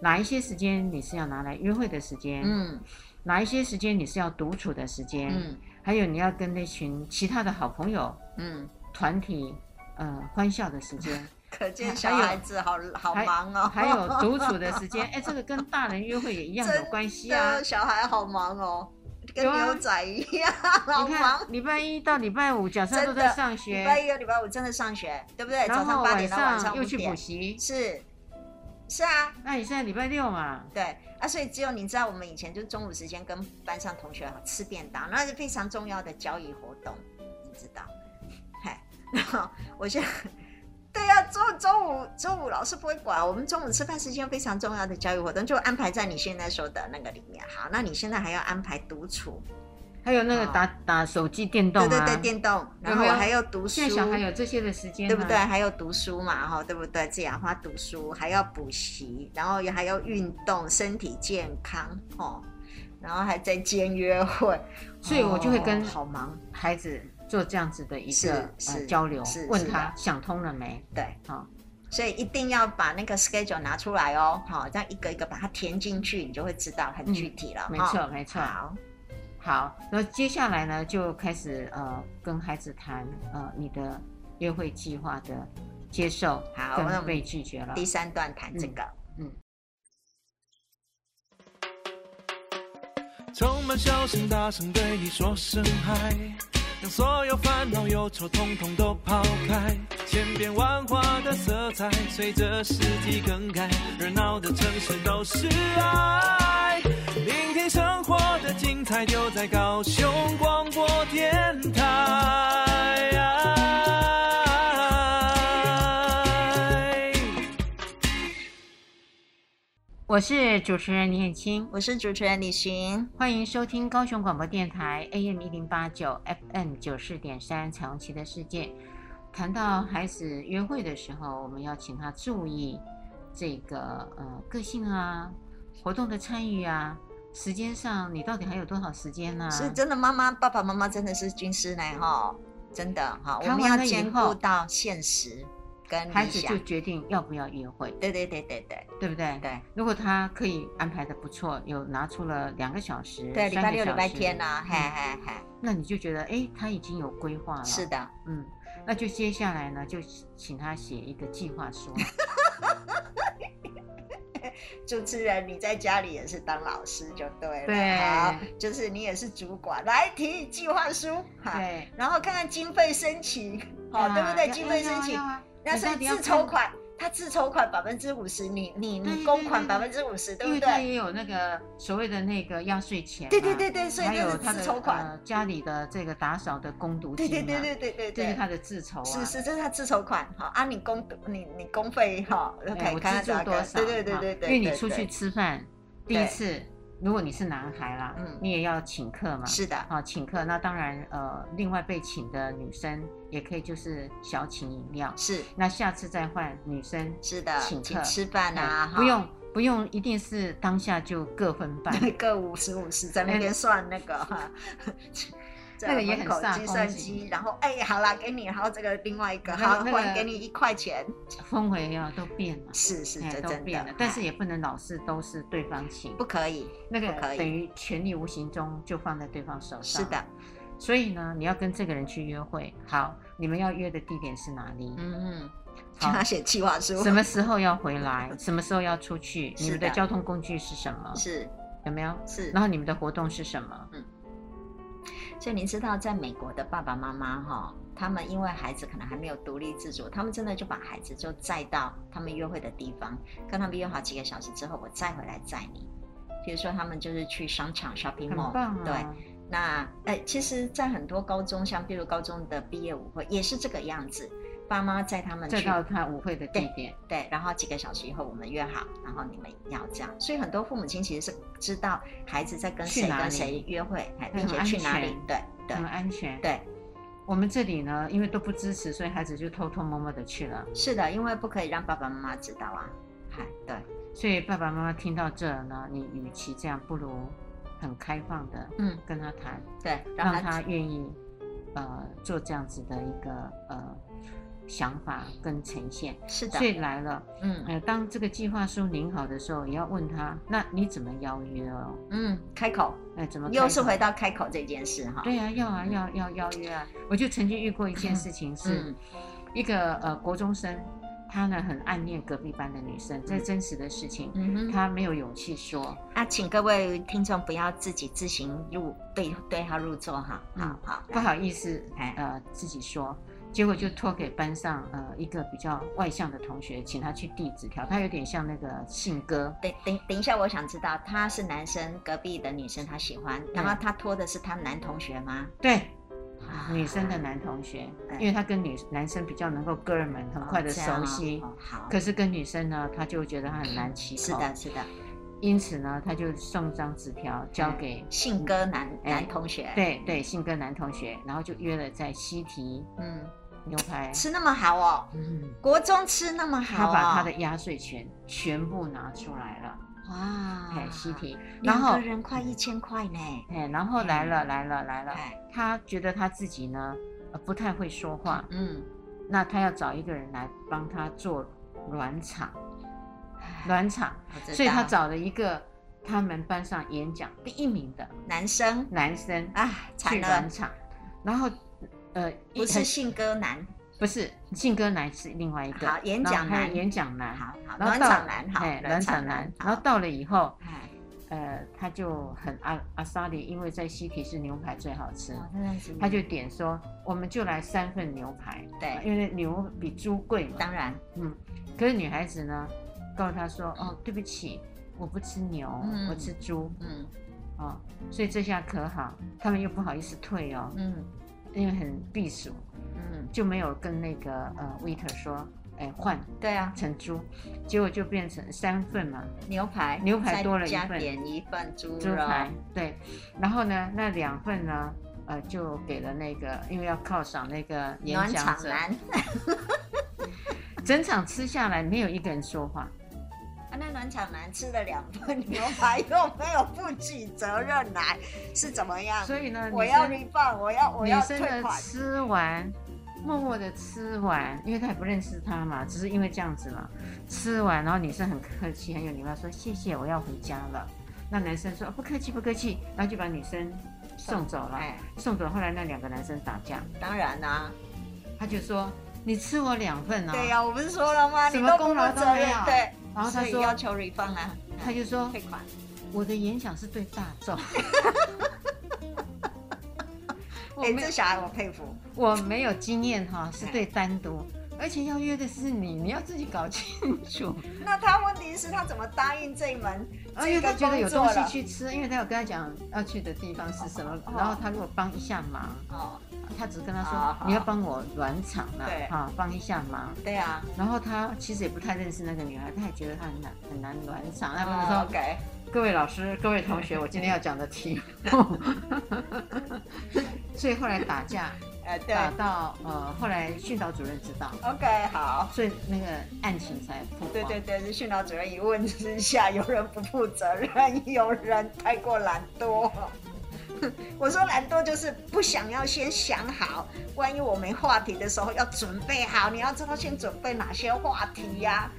哪一些时间你是要拿来约会的时间？嗯哪一些时间你是要独处的时间？嗯还有你要跟那群其他的好朋友嗯，团体呃欢笑的时间，可见还小有孩子好好还忙哦，还有独处的时间。哎，这个跟大人约会也一样有关系啊这。小孩好忙哦，跟有啊牛仔一样，好你看忙。，礼拜一到礼拜五，假设都真的在上礼学，拜一到礼拜五真的上学，对不对？早然上后八晚点到晚上又五去补点，习。是是啊，那你现在礼拜六嘛，对啊，所以只有你知道，我们以前就中午时间跟班上同学吃便当，那是非常重要的交易活动，你知道？嗨，然后我现在对呀、中中午中午老师不会管，我们中午吃饭是一件非常重要的交易活动，就安排在你现在说的那个里面。好，那你现在还要安排独处，还有那个哦打打手机电动对对啊对，，电动，然有后没我有还要读书现，在小孩有这些的时间啊，对不对？还有读书嘛，哈，对不对？自己要花读书，还要补习，然后也还要运动，身体健康哦，然后还在兼约会，所以我就会跟哦好忙，孩子做这样子的一是个呃是交流是，问是他的想通了没？哦对，好，所以一定要把那个 schedule 拿出来哦，好，这样一个一个把它填进去，你就会知道很具体了，嗯没哈错，没错。好，好，那接下来呢，就开始呃跟孩子谈呃你的约会计划的接受好那我跟们被拒绝了。第三段谈嗯这个，充满笑声，大声对你说声嗨，让所有烦恼忧愁统统都抛开。千变万化的色彩随着四季更改，热闹的城市都是爱。聆听生活的精彩，就在高雄广播电台。我是主持人李燕青，我是主持人李寻，欢迎收听高雄广播电台 AM 一零八九 FM 九四点三《彩虹旗的世界》。谈到孩子约会的时候，我们要请他注意这个呃个性啊、活动的参与啊、时间上你到底还有多少时间啊呢、是真的，妈妈爸爸妈妈真的是军师呢，哈，真的哈，我谈们完要了以兼后顾到现实跟孩理子就想，决定要不要约会，对对对对对。对不对？对如果他可以安排的不错，有拿出了两个小时，对，礼三拜个六、礼小拜时嗯天呐、嘿嘿嘿，那你就觉得哎，他已经有规划了。是，的，嗯，那就接下来呢，就请他写一个计划 [LAUGHS] 书。主持人你在家里也是当老师就对了，对好，就是你也是主管，来提计划书，哈，对，啊然后看看经费申请，好、对不对？经费申请，那是是自筹，款，他自筹款百分之五十，你你对对你公款对百对分之五十，因对为不他对？也有那个所谓的那个压岁钱嘛，对对对对，所以还那有是他自的筹款，呃家里的这个打扫的工读金对嘛，对对对对对这是对。他的自筹啊，是是，这是他自筹款哈啊，你公你你公费哈哎，OK，我看资他助怎么多搞少？对对对哈对对，因为你对出去对吃饭，第一对次，如果你是男孩啦，嗯你也要请客嘛。是的，啊，请客，那当然，呃，另外被请的女生也可以就是小请饮料，是那下次再换女生，是的，请请客吃饭啊，哎哈不用不用，一定是 [LAUGHS] 当下就各分半。 [LAUGHS] 各五十五十在那边算那个哈，哎这那个也很门口煞计风算景机，然后哎，好啦，给你，然后这个另外一个，那个好，那换个给你一块钱， [LAUGHS] 氛围啊都变了，是是，哎这都真变的了，，但是哎也不能老是都是对方请，不可以，那个不可以等于权力无形中就放在对方手上。是，的，所以呢，你要跟这个人去约会，好，你们要约的地点是哪里？嗯嗯，叫好他，写计划书，什么时候要回来？什么时候要出去？是你们的的交通工具是什么？是有没有？是，然后你们的活动是什么？所以您知道，在美国的爸爸妈妈哈，他们因为孩子可能还没有独立自主，他们真的就把孩子就载到他们约会的地方，跟他们约好几个小时之后，我再回来载你。比如说，他们就是去商场 shopping 很 mall，、棒啊！对。那呃，其实，在很多高中，像比如高中的毕业舞会，也是这个样子，爸妈载他们再去到他舞会的地点，对，然后几个小时以后我们约好，然后你们要这样。所以很多父母亲其实是知道孩子在跟去谁哪跟里谁约会，哎对并且很去安哪里全，对对很安全。对，我们这里呢，因为都不支持，所以孩子就偷偷摸摸的去了。是的，因为不可以让爸爸妈妈知道啊。嗨，对，所以爸爸妈妈听到这儿呢，你与其这样，不如很开放的嗯，跟他谈，对，让让他他愿意呃做这样子的一个呃想法跟呈现。是的所，以来了，嗯呃，当这个计划书拟好的时候，也要问他，那你怎么邀约哦？嗯，开口，哎，怎么又开是口回到开口这件事哈。对啊，要啊，要要邀约啊！我就曾经遇过一件事情是，嗯一个呃国中生，他呢很暗恋隔壁班的女生，这是真实的事情，嗯哼，他没有勇气说，啊，请各位听众不要自己自行入对对号入座哈，好嗯好，不好意思哎，呃自己说，结果就托给班上呃一个比较外向的同学，请他去递纸条，他有点像那个信鸽，等等等一下，我想知道他是男生，隔壁的女生他喜欢，然后他拖的是他男同学吗？对，啊女生的男同学，因为他跟女男生比较能够哥们很哦快的这样熟哦悉。哦啊好，可是跟女生呢，他就觉得他很难启口。是的，是的，因此呢，他就送张纸条交给、信哥男哎男同学，，对对信鸽男同学，然后就约了在西提嗯，牛排，吃那么好哦，嗯，国中吃那么好、他哦，把他的压岁钱全部拿出来了，哎、哇，西提，然啊两后嗯个人快一千块呢，哎，然后来了来了来了，哎，他觉得他自己呢、呃不太会说话，嗯，那他要找一个人来帮他做暖场，哎暖场，我知道所以他找了一个他们班上演讲第一名的男生男生啊，去惨暖了，场，然后呃不一是很信 [LAUGHS] 哥男，不是，信鸽男是另外一个。好演讲然后还有男演讲男，好好，然后暖到场男，好，哎，暖场男。然后到了以后，哎，呃，他就很阿阿萨里，因为在西提是牛排最好吃，我真的是，他就点说，我们就来三份牛排，对，因为牛比猪贵嘛。当然，嗯，可是女孩子呢，告诉他说，哦，对不起，我不吃牛，嗯我吃猪嗯哦，所以这下可好，他们又不好意思退哦，嗯因为很避暑，嗯，就没有跟那个呃 waiter 说，哎，换。对啊，成猪，结果就变成三份嘛，牛排，牛排再多了一加份点一份猪猪肉，排对，然后呢，那两份呢，呃，就给了那个，因为要犒赏那个演暖讲场者，男， [LAUGHS] 整场吃下来没有一个人说话，啊，那暖场男吃了两份 [LAUGHS] 牛排，又没有负起责任来，是怎么样？所以呢，嗯我啊女要生 refund，我要我女要生退的款。吃完，默默的吃完，因为她也不认识他嘛，只是因为这样子嘛，吃完，然后女生很客气，很有礼貌说谢谢，我要回家了。那男生说不客气不客气，然后就把女生送走了。哎，送走，后来那两个男生打架，当然啦、他就说：“你吃我两份啊！”对呀、我不是说了吗？什你么都不功劳负都责没任有，对，然后他所以要说求 refund 啊，：“他就说退款。我的演讲是对大 [LAUGHS] 众。我哎、没有这哎小孩我佩服，我没有经验哈，是对单独，而且要约的是你，你要自己搞清楚。那他问题是，他怎么答应这一门？而且这哎他个觉得有东工作西了去吃，因为他有跟他讲要去的地方是什么哦，然后他如果帮一下忙，哦，他只跟他哦说好你要帮我暖场啦对，哈，帮一下忙。对啊，然后他其实也不太认识那个女孩，他也觉得她很难很难暖场。他跟他哦说：“ ，OK，各位老师、各位同学，我今天要讲的题目。 [LAUGHS] 所以后来打架，呃，对打到呃，后来训导主任知道， ，OK，好。所以那个案情才曝光。对对对，是训导主任一问之下，有人不负责任，有人太过懒惰。 [LAUGHS] 我说懒惰就是不想要先想好，万一我没话题的时候要准备好，你要知道先准备哪些话题呀、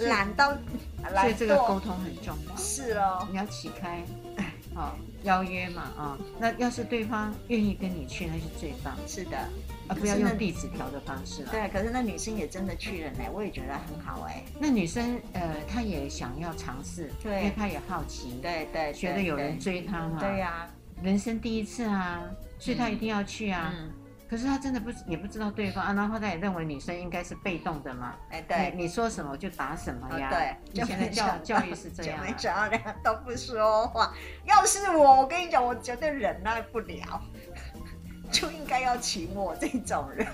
懒到所懒以这个沟惰通很重要。是哦，你要起开，好、邀约嘛啊、那要是对方愿意跟你去，那是最棒是的，啊！不要用递纸条的方式了。对。可是那女生也真的去了呢，我也觉得很好哎、那女生呃，她也想要尝试，对因为她也好奇，对对，觉得对有人对追她嘛，对呀、人生第一次啊，所以她一定要去啊。嗯，可是她真的不也不知道对方啊，然后她也认为女生应该是被动的嘛，哎对。你你说什么就答什么呀。啊，对，以前的教教育 [LAUGHS] 是这样、没啊。想到人家都不说话。要是我，我跟你讲，我绝对忍耐不了， [LAUGHS] 就应该要请我这种人。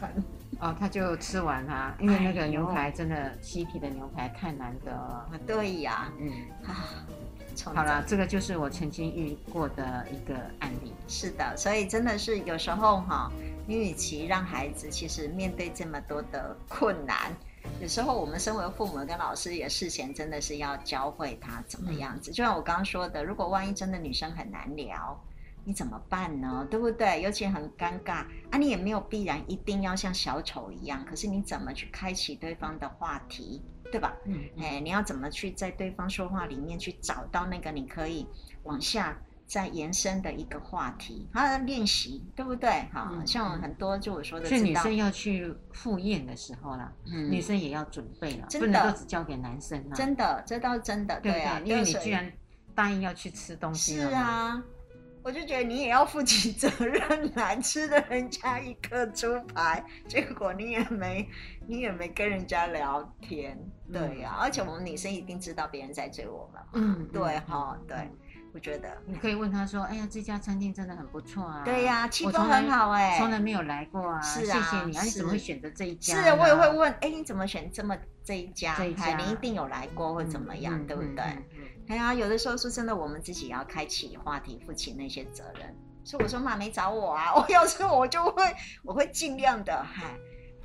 哦，他就吃完啦、因为那个哎呦牛排真的西皮的牛排太难得了。对呀，嗯，啊，从好了，这个就是我曾经遇过的一个案例。是的，所以真的是有时候哈、你与其让孩子其实面对这么多的困难，有时候我们身为父母跟老师也事前真的是要教会他怎么样子。就像我刚刚说的，如果万一真的女生很难聊，你怎么办呢？对不对？尤其很尴尬啊，你也没有必然一定要像小丑一样，可是你怎么去开启对方的话题，对吧？嗯，哎，你要怎么去在对方说话里面去找到那个你可以往下再延伸的一个话题？还要练习，对不对？哈、嗯像我嗯很多就我说的，所以知女道生要去赴宴的时候啦，嗯女生也要准备了，真不能的够只交给男生啊，真的，这倒是真的，对不对？啊，因为就你所以居然答应要去吃东西是了嘛，啊，我就觉得你也要负起 [LAUGHS] 责任来，吃了人家一颗猪排，结果你也没你也没跟人家聊天，对呀、而且我们女生一定知道别人在追我们，嗯，对嗯哈、对嗯，我 [LAUGHS] 觉得。你可以问他说：“哎呀，这家餐厅真的很不错啊。”对、呀、气我氛从来很好哎、从来没有来过啊，是啊谢谢你啊，你是怎么会选择这一家是呢？我也会问，哎，你怎么选这么这一家？这一哎家你一定有来过或嗯怎么样，嗯对不嗯对？嗯嗯哎呀，有的时候说真的，我们自己要开启话题，负起那些责任。所以我说妈没找我啊， [LAUGHS] 我要是我就会，我会尽量的，嗨，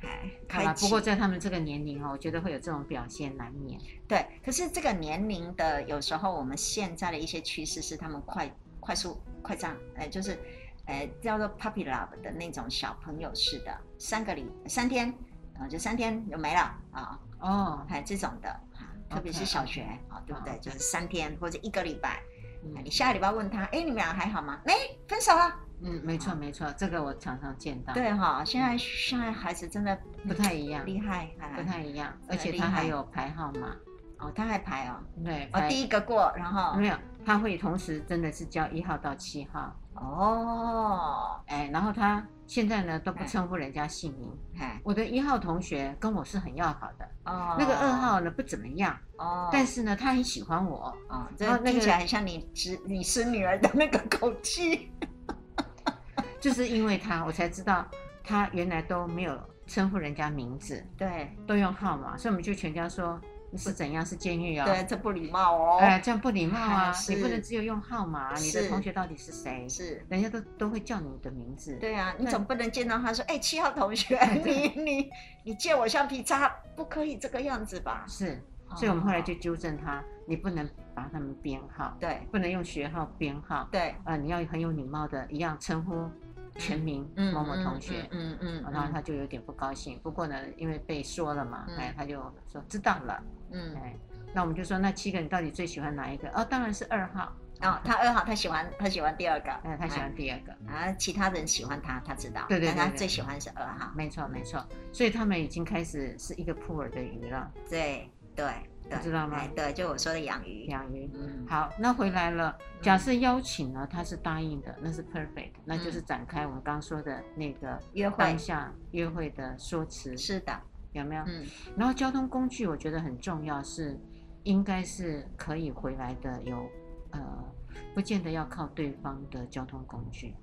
嗨，好开啦，启。不过在他们这个年龄哦，我觉得会有这种表现难免。对，可是这个年龄的，有时候我们现在的一些趋势是他们快快速快长，呃，就是呃叫做 puppy love 的那种小朋友式的，三个礼三天，啊、就三天就没了啊，哦，哎、这种的，啊特别是 OK，小学啊、对不对？好就是三天或者一个礼拜，哎嗯你下个礼拜问他，哎，你们俩还好吗？没，分手了。嗯，没错没错，这个我常常见到，，啊对啊哈、现在现在孩子真的啊不太一样，厉害，哎不太一样，真的而且厉他害还有排号码，哦，他还排哦，对，哦，排嗯第一个过，然后没有，他会同时真的是教一号到七号，哦，哎，然后他现在呢都不哎称呼人家姓名。哎，我的一号同学跟我是很要好的，哦，那个二号呢不怎么样，哦，但是呢他很喜欢我，哦，然这后那听起个来很像你侄你孙女儿的那个口 [LAUGHS] 气。就是因为他我才知道他原来都没有称呼人家名字，对都用号码，所以我们就全家说你是怎样是监狱啊？对，这不礼貌哦。哎，这样不礼貌啊哎！是你不能只有用号码啊，你的是同学到底是谁？是，人家都都会叫你的名字。对啊，你对总不能见到他说，哎，七号同学，你对你你借我橡皮擦，不可以这个样子吧？是，所以我们后来就哦纠正他，你不能把他们编号，对不能用学号编号，对，啊，你要很有礼貌的一样称呼全名嗯，某某嗯同学。哦嗯嗯，嗯然后他就有点不高兴，不过呢，因为被说了嘛，嗯哎，他就说知道了，嗯，哎，那我们就说那七个你到底最喜欢哪一个？哦，当然是二号，哦，他二号，他喜欢他喜欢第二个，哎，他喜欢第二个，哎啊，其他人喜欢他，他知道，对对对但他对最喜欢是二号，没错没错，所以他们已经开始是一个普洱的鱼了，对对对，知道吗哎对，就我说的养鱼，养鱼。嗯，好，那回来了。假设邀请呢，他是答应的，那是 perfect，那就是展开我们刚说的那个嗯约会当下约会的说辞，是的，有没有？嗯，然后交通工具我觉得很重要，是应该是可以回来的，有呃，不见得要靠对方的交通工具。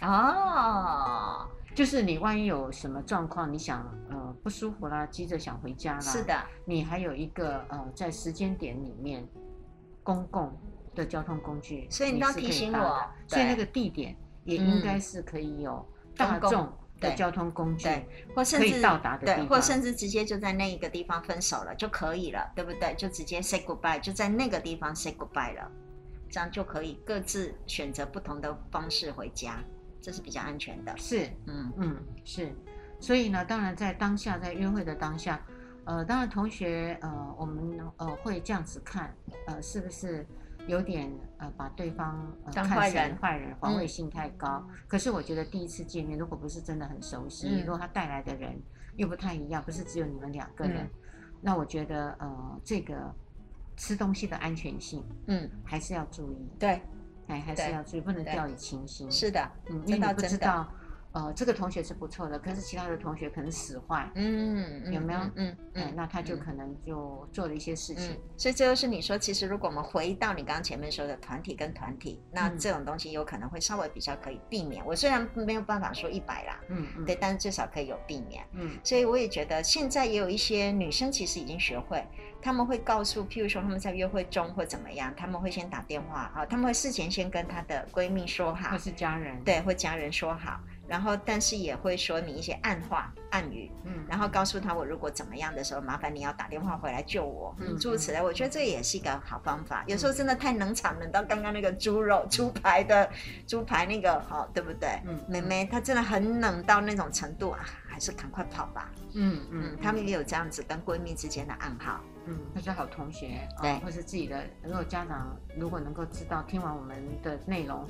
哦，就是你万一有什么状况，你想呃不舒服啦，急着想回家啦，是，的，你还有一个呃在时间点里面公共的交通工具，所以你你要是提可以醒搭我的嗯所以对那个地点也应该是可以有大公共众的对交通工具，对或甚可以至到达的地对，或方甚至直接就在那一个地方分手了就可以了，对不对？就直接 say goodbye，就在那个地方 say goodbye 了。这样就可以各自选择不同的方式回家，这是比较安全的。是，嗯，嗯，是。所以呢，当然在当下，在约会的当下，呃，当然同学，呃，我们呃会这样子看，呃，是不是有点呃把对方、呃、当看坏成人坏人，防卫嗯性太高？可是我觉得第一次见面，如果不是真的很熟悉，嗯如果他带来的人又不太一样，不是只有你们两个人，嗯那我觉得呃这个吃东西的安全性嗯，还是要注意，对，哎，还是对要注意，不能对掉以轻心。是的，嗯，因这为倒你不真知的道，呃，这个同学是不错的，可是其他的同学可能使坏，嗯，嗯有没有嗯哎，那他就嗯可能就做了一些事情嗯。，所以这就是你说，其实如果我们回到你刚刚前面说的团体跟团体，那嗯这种东西有可能会稍微比较可以避免。我虽然没有办法说一百啦，嗯嗯，对，，但是至少可以有避免。嗯所以我也觉得现在也有一些女生其实已经学会，她们会告诉，譬如说她们在约会中或怎么样，她们会先打电话啊，她们会事前先跟她的闺蜜说好或，是家人，，对，或家人说好，然后但是也会说你一些暗话、暗语，嗯，然后告诉他我如果怎么样的时候，麻烦你要打电话回来救我，嗯诸如此类。我觉得这也是一个好方法。有时候真的太冷场，冷到刚刚那个猪肉猪排的猪排那个哦，对不对？嗯妹妹她真的很冷到那种程度啊，还是赶快跑吧。嗯嗯嗯，，她们也有这样子跟闺蜜之间的暗号。嗯，或是好同学，啊对或是自己的，如果家长如果能够知道，听完我们的内容，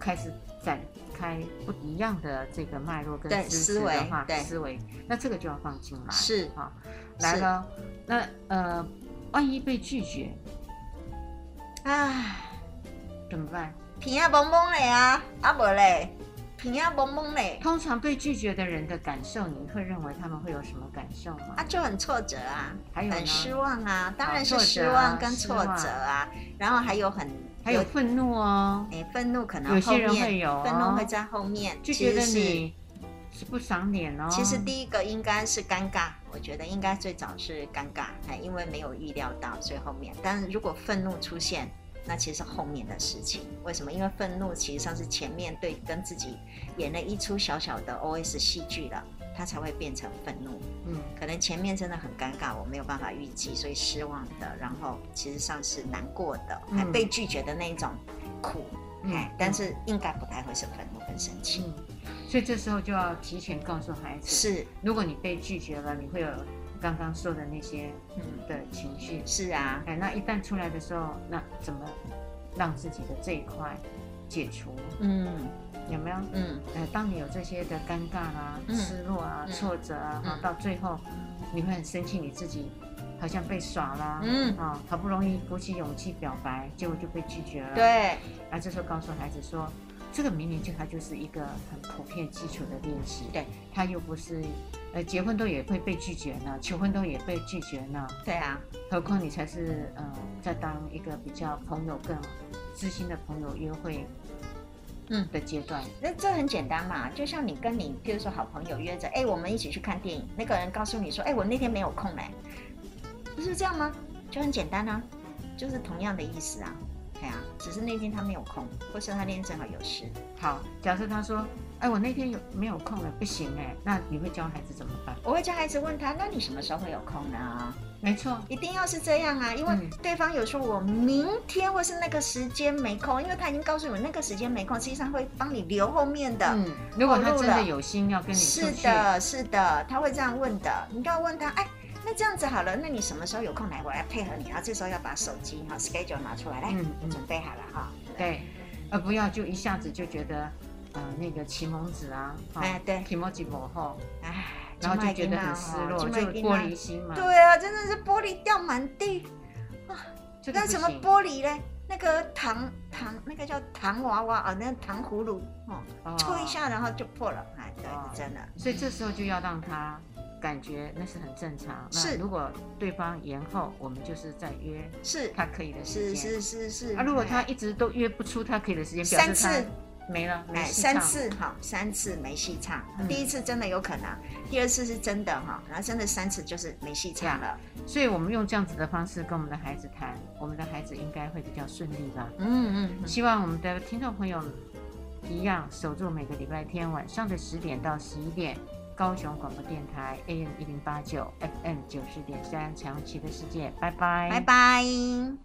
开始展开不一样的这个脉络跟对知思识的维话，对思维，那这个就要放进来，是啊，来是了，那呃，万一被拒绝唉，怎么办？啊平安蹦蹦嘞啊，啊不嘞，平安蹦蹦嘞，通常被拒绝的人的感受，你会认为他们会有什么感受吗？啊就很挫折啊。还有呢很？失望啊，当好然是挫失折啊望跟失挫望折啊，然后还有很还有愤怒哦，哎，愤怒可能有后些面人会有哦愤怒会在后面，就其觉实得是你是不赏脸哦。其实第一个应该是尴尬，我觉得应该最早是尴尬，哎，因为没有预料到，所以后面。但是如果愤怒出现，那其实是后面的事情。为什么？因为愤怒其实上是前面对跟自己演了一出小小的 OS 戏剧了，它才会变成愤怒。嗯可能前面真的很尴尬，我没有办法预计，所以失望的，然后其实上是难过的，嗯还被拒绝的那一种苦，嗯哎、但是应该不太会是愤怒跟生气，嗯，所以这时候就要提前告诉孩子，是，如果你被拒绝了，你会有刚刚说的那些嗯，的情绪。是啊，哎，那一旦出来的时候，那怎么让自己的这一块解除？嗯有没有？嗯，呃，当你有这些的尴尬啊、嗯失落啊、嗯挫折啊，哈嗯到最后你会很生气，你自己好像被耍啦，嗯啊，好不容易鼓起勇气表白，结果就被拒绝了。，对，啊，这时候告诉孩子说，这个明明就它就是一个很普遍基础的练习，对，它又不是，呃，结婚都也会被拒绝呢，求婚都也被拒绝呢，对啊，何况你才是呃，在当一个比较朋友更知心的朋友约会，嗯的阶段，那这很简单嘛，就像你跟你，譬如说好朋友约着，哎、我们一起去看电影，那个人告诉你说，哎、我那天没有空嘞、不是这样吗？就很简单啊，就是同样的意思啊，对啊，只是那天他没有空，或是他那天正好有事，好，假设他说，哎，我那天有没有空了，不行哎，那你会教孩子怎么办？我会叫孩子问他，那你什么时候会有空呢？没错，一定要是这样啊，因为嗯对方有说我明天或是那个时间没空，因为他已经告诉你那个时间没空，实际上会帮你留后面的。嗯，如果他透露真的了有心要跟你出是去，的，是的，他会这样问的，你就要问他，哎。那这样子好了，那你什么时候有空来？我来配合你。然后这时候要把手机哈 schedule 拿出来，来，嗯嗯准备好了哈。对，而不要就一下子就觉得，呃，那个启蒙子啊，哎，对，提莫吉母后，哎，然后就这觉么得一个很嘛失哦落，这么就一个玻嘛璃心嘛。，对啊，真的是玻璃掉满地，这个那不什么行玻璃嘞？那个糖糖，那个叫糖娃娃啊，那个糖葫芦哦，戳一。哦下然后就破了，哎，对，哦是真的，所以这时候就要让他感觉那是很正常。那是如果对方延后，我们就是在约是他可以的时是间。是是是。啊，如果哎他一直都约不出他可以的时间，三表示他次没了，没哎，戏三唱次哈，三次没戏唱，嗯第一次真的有可能，第二次是真的哈，然后真的三次就是没戏唱了。所以我们用这样子的方式跟我们的孩子谈，我们的孩子应该会比较顺利吧。嗯嗯嗯，希望我们的听众朋友一样守住每个礼拜天晚上的十点到十一点，高雄广播电台 AM 一零八九 FM 九十点三，彩虹旗的世界，拜拜，拜拜。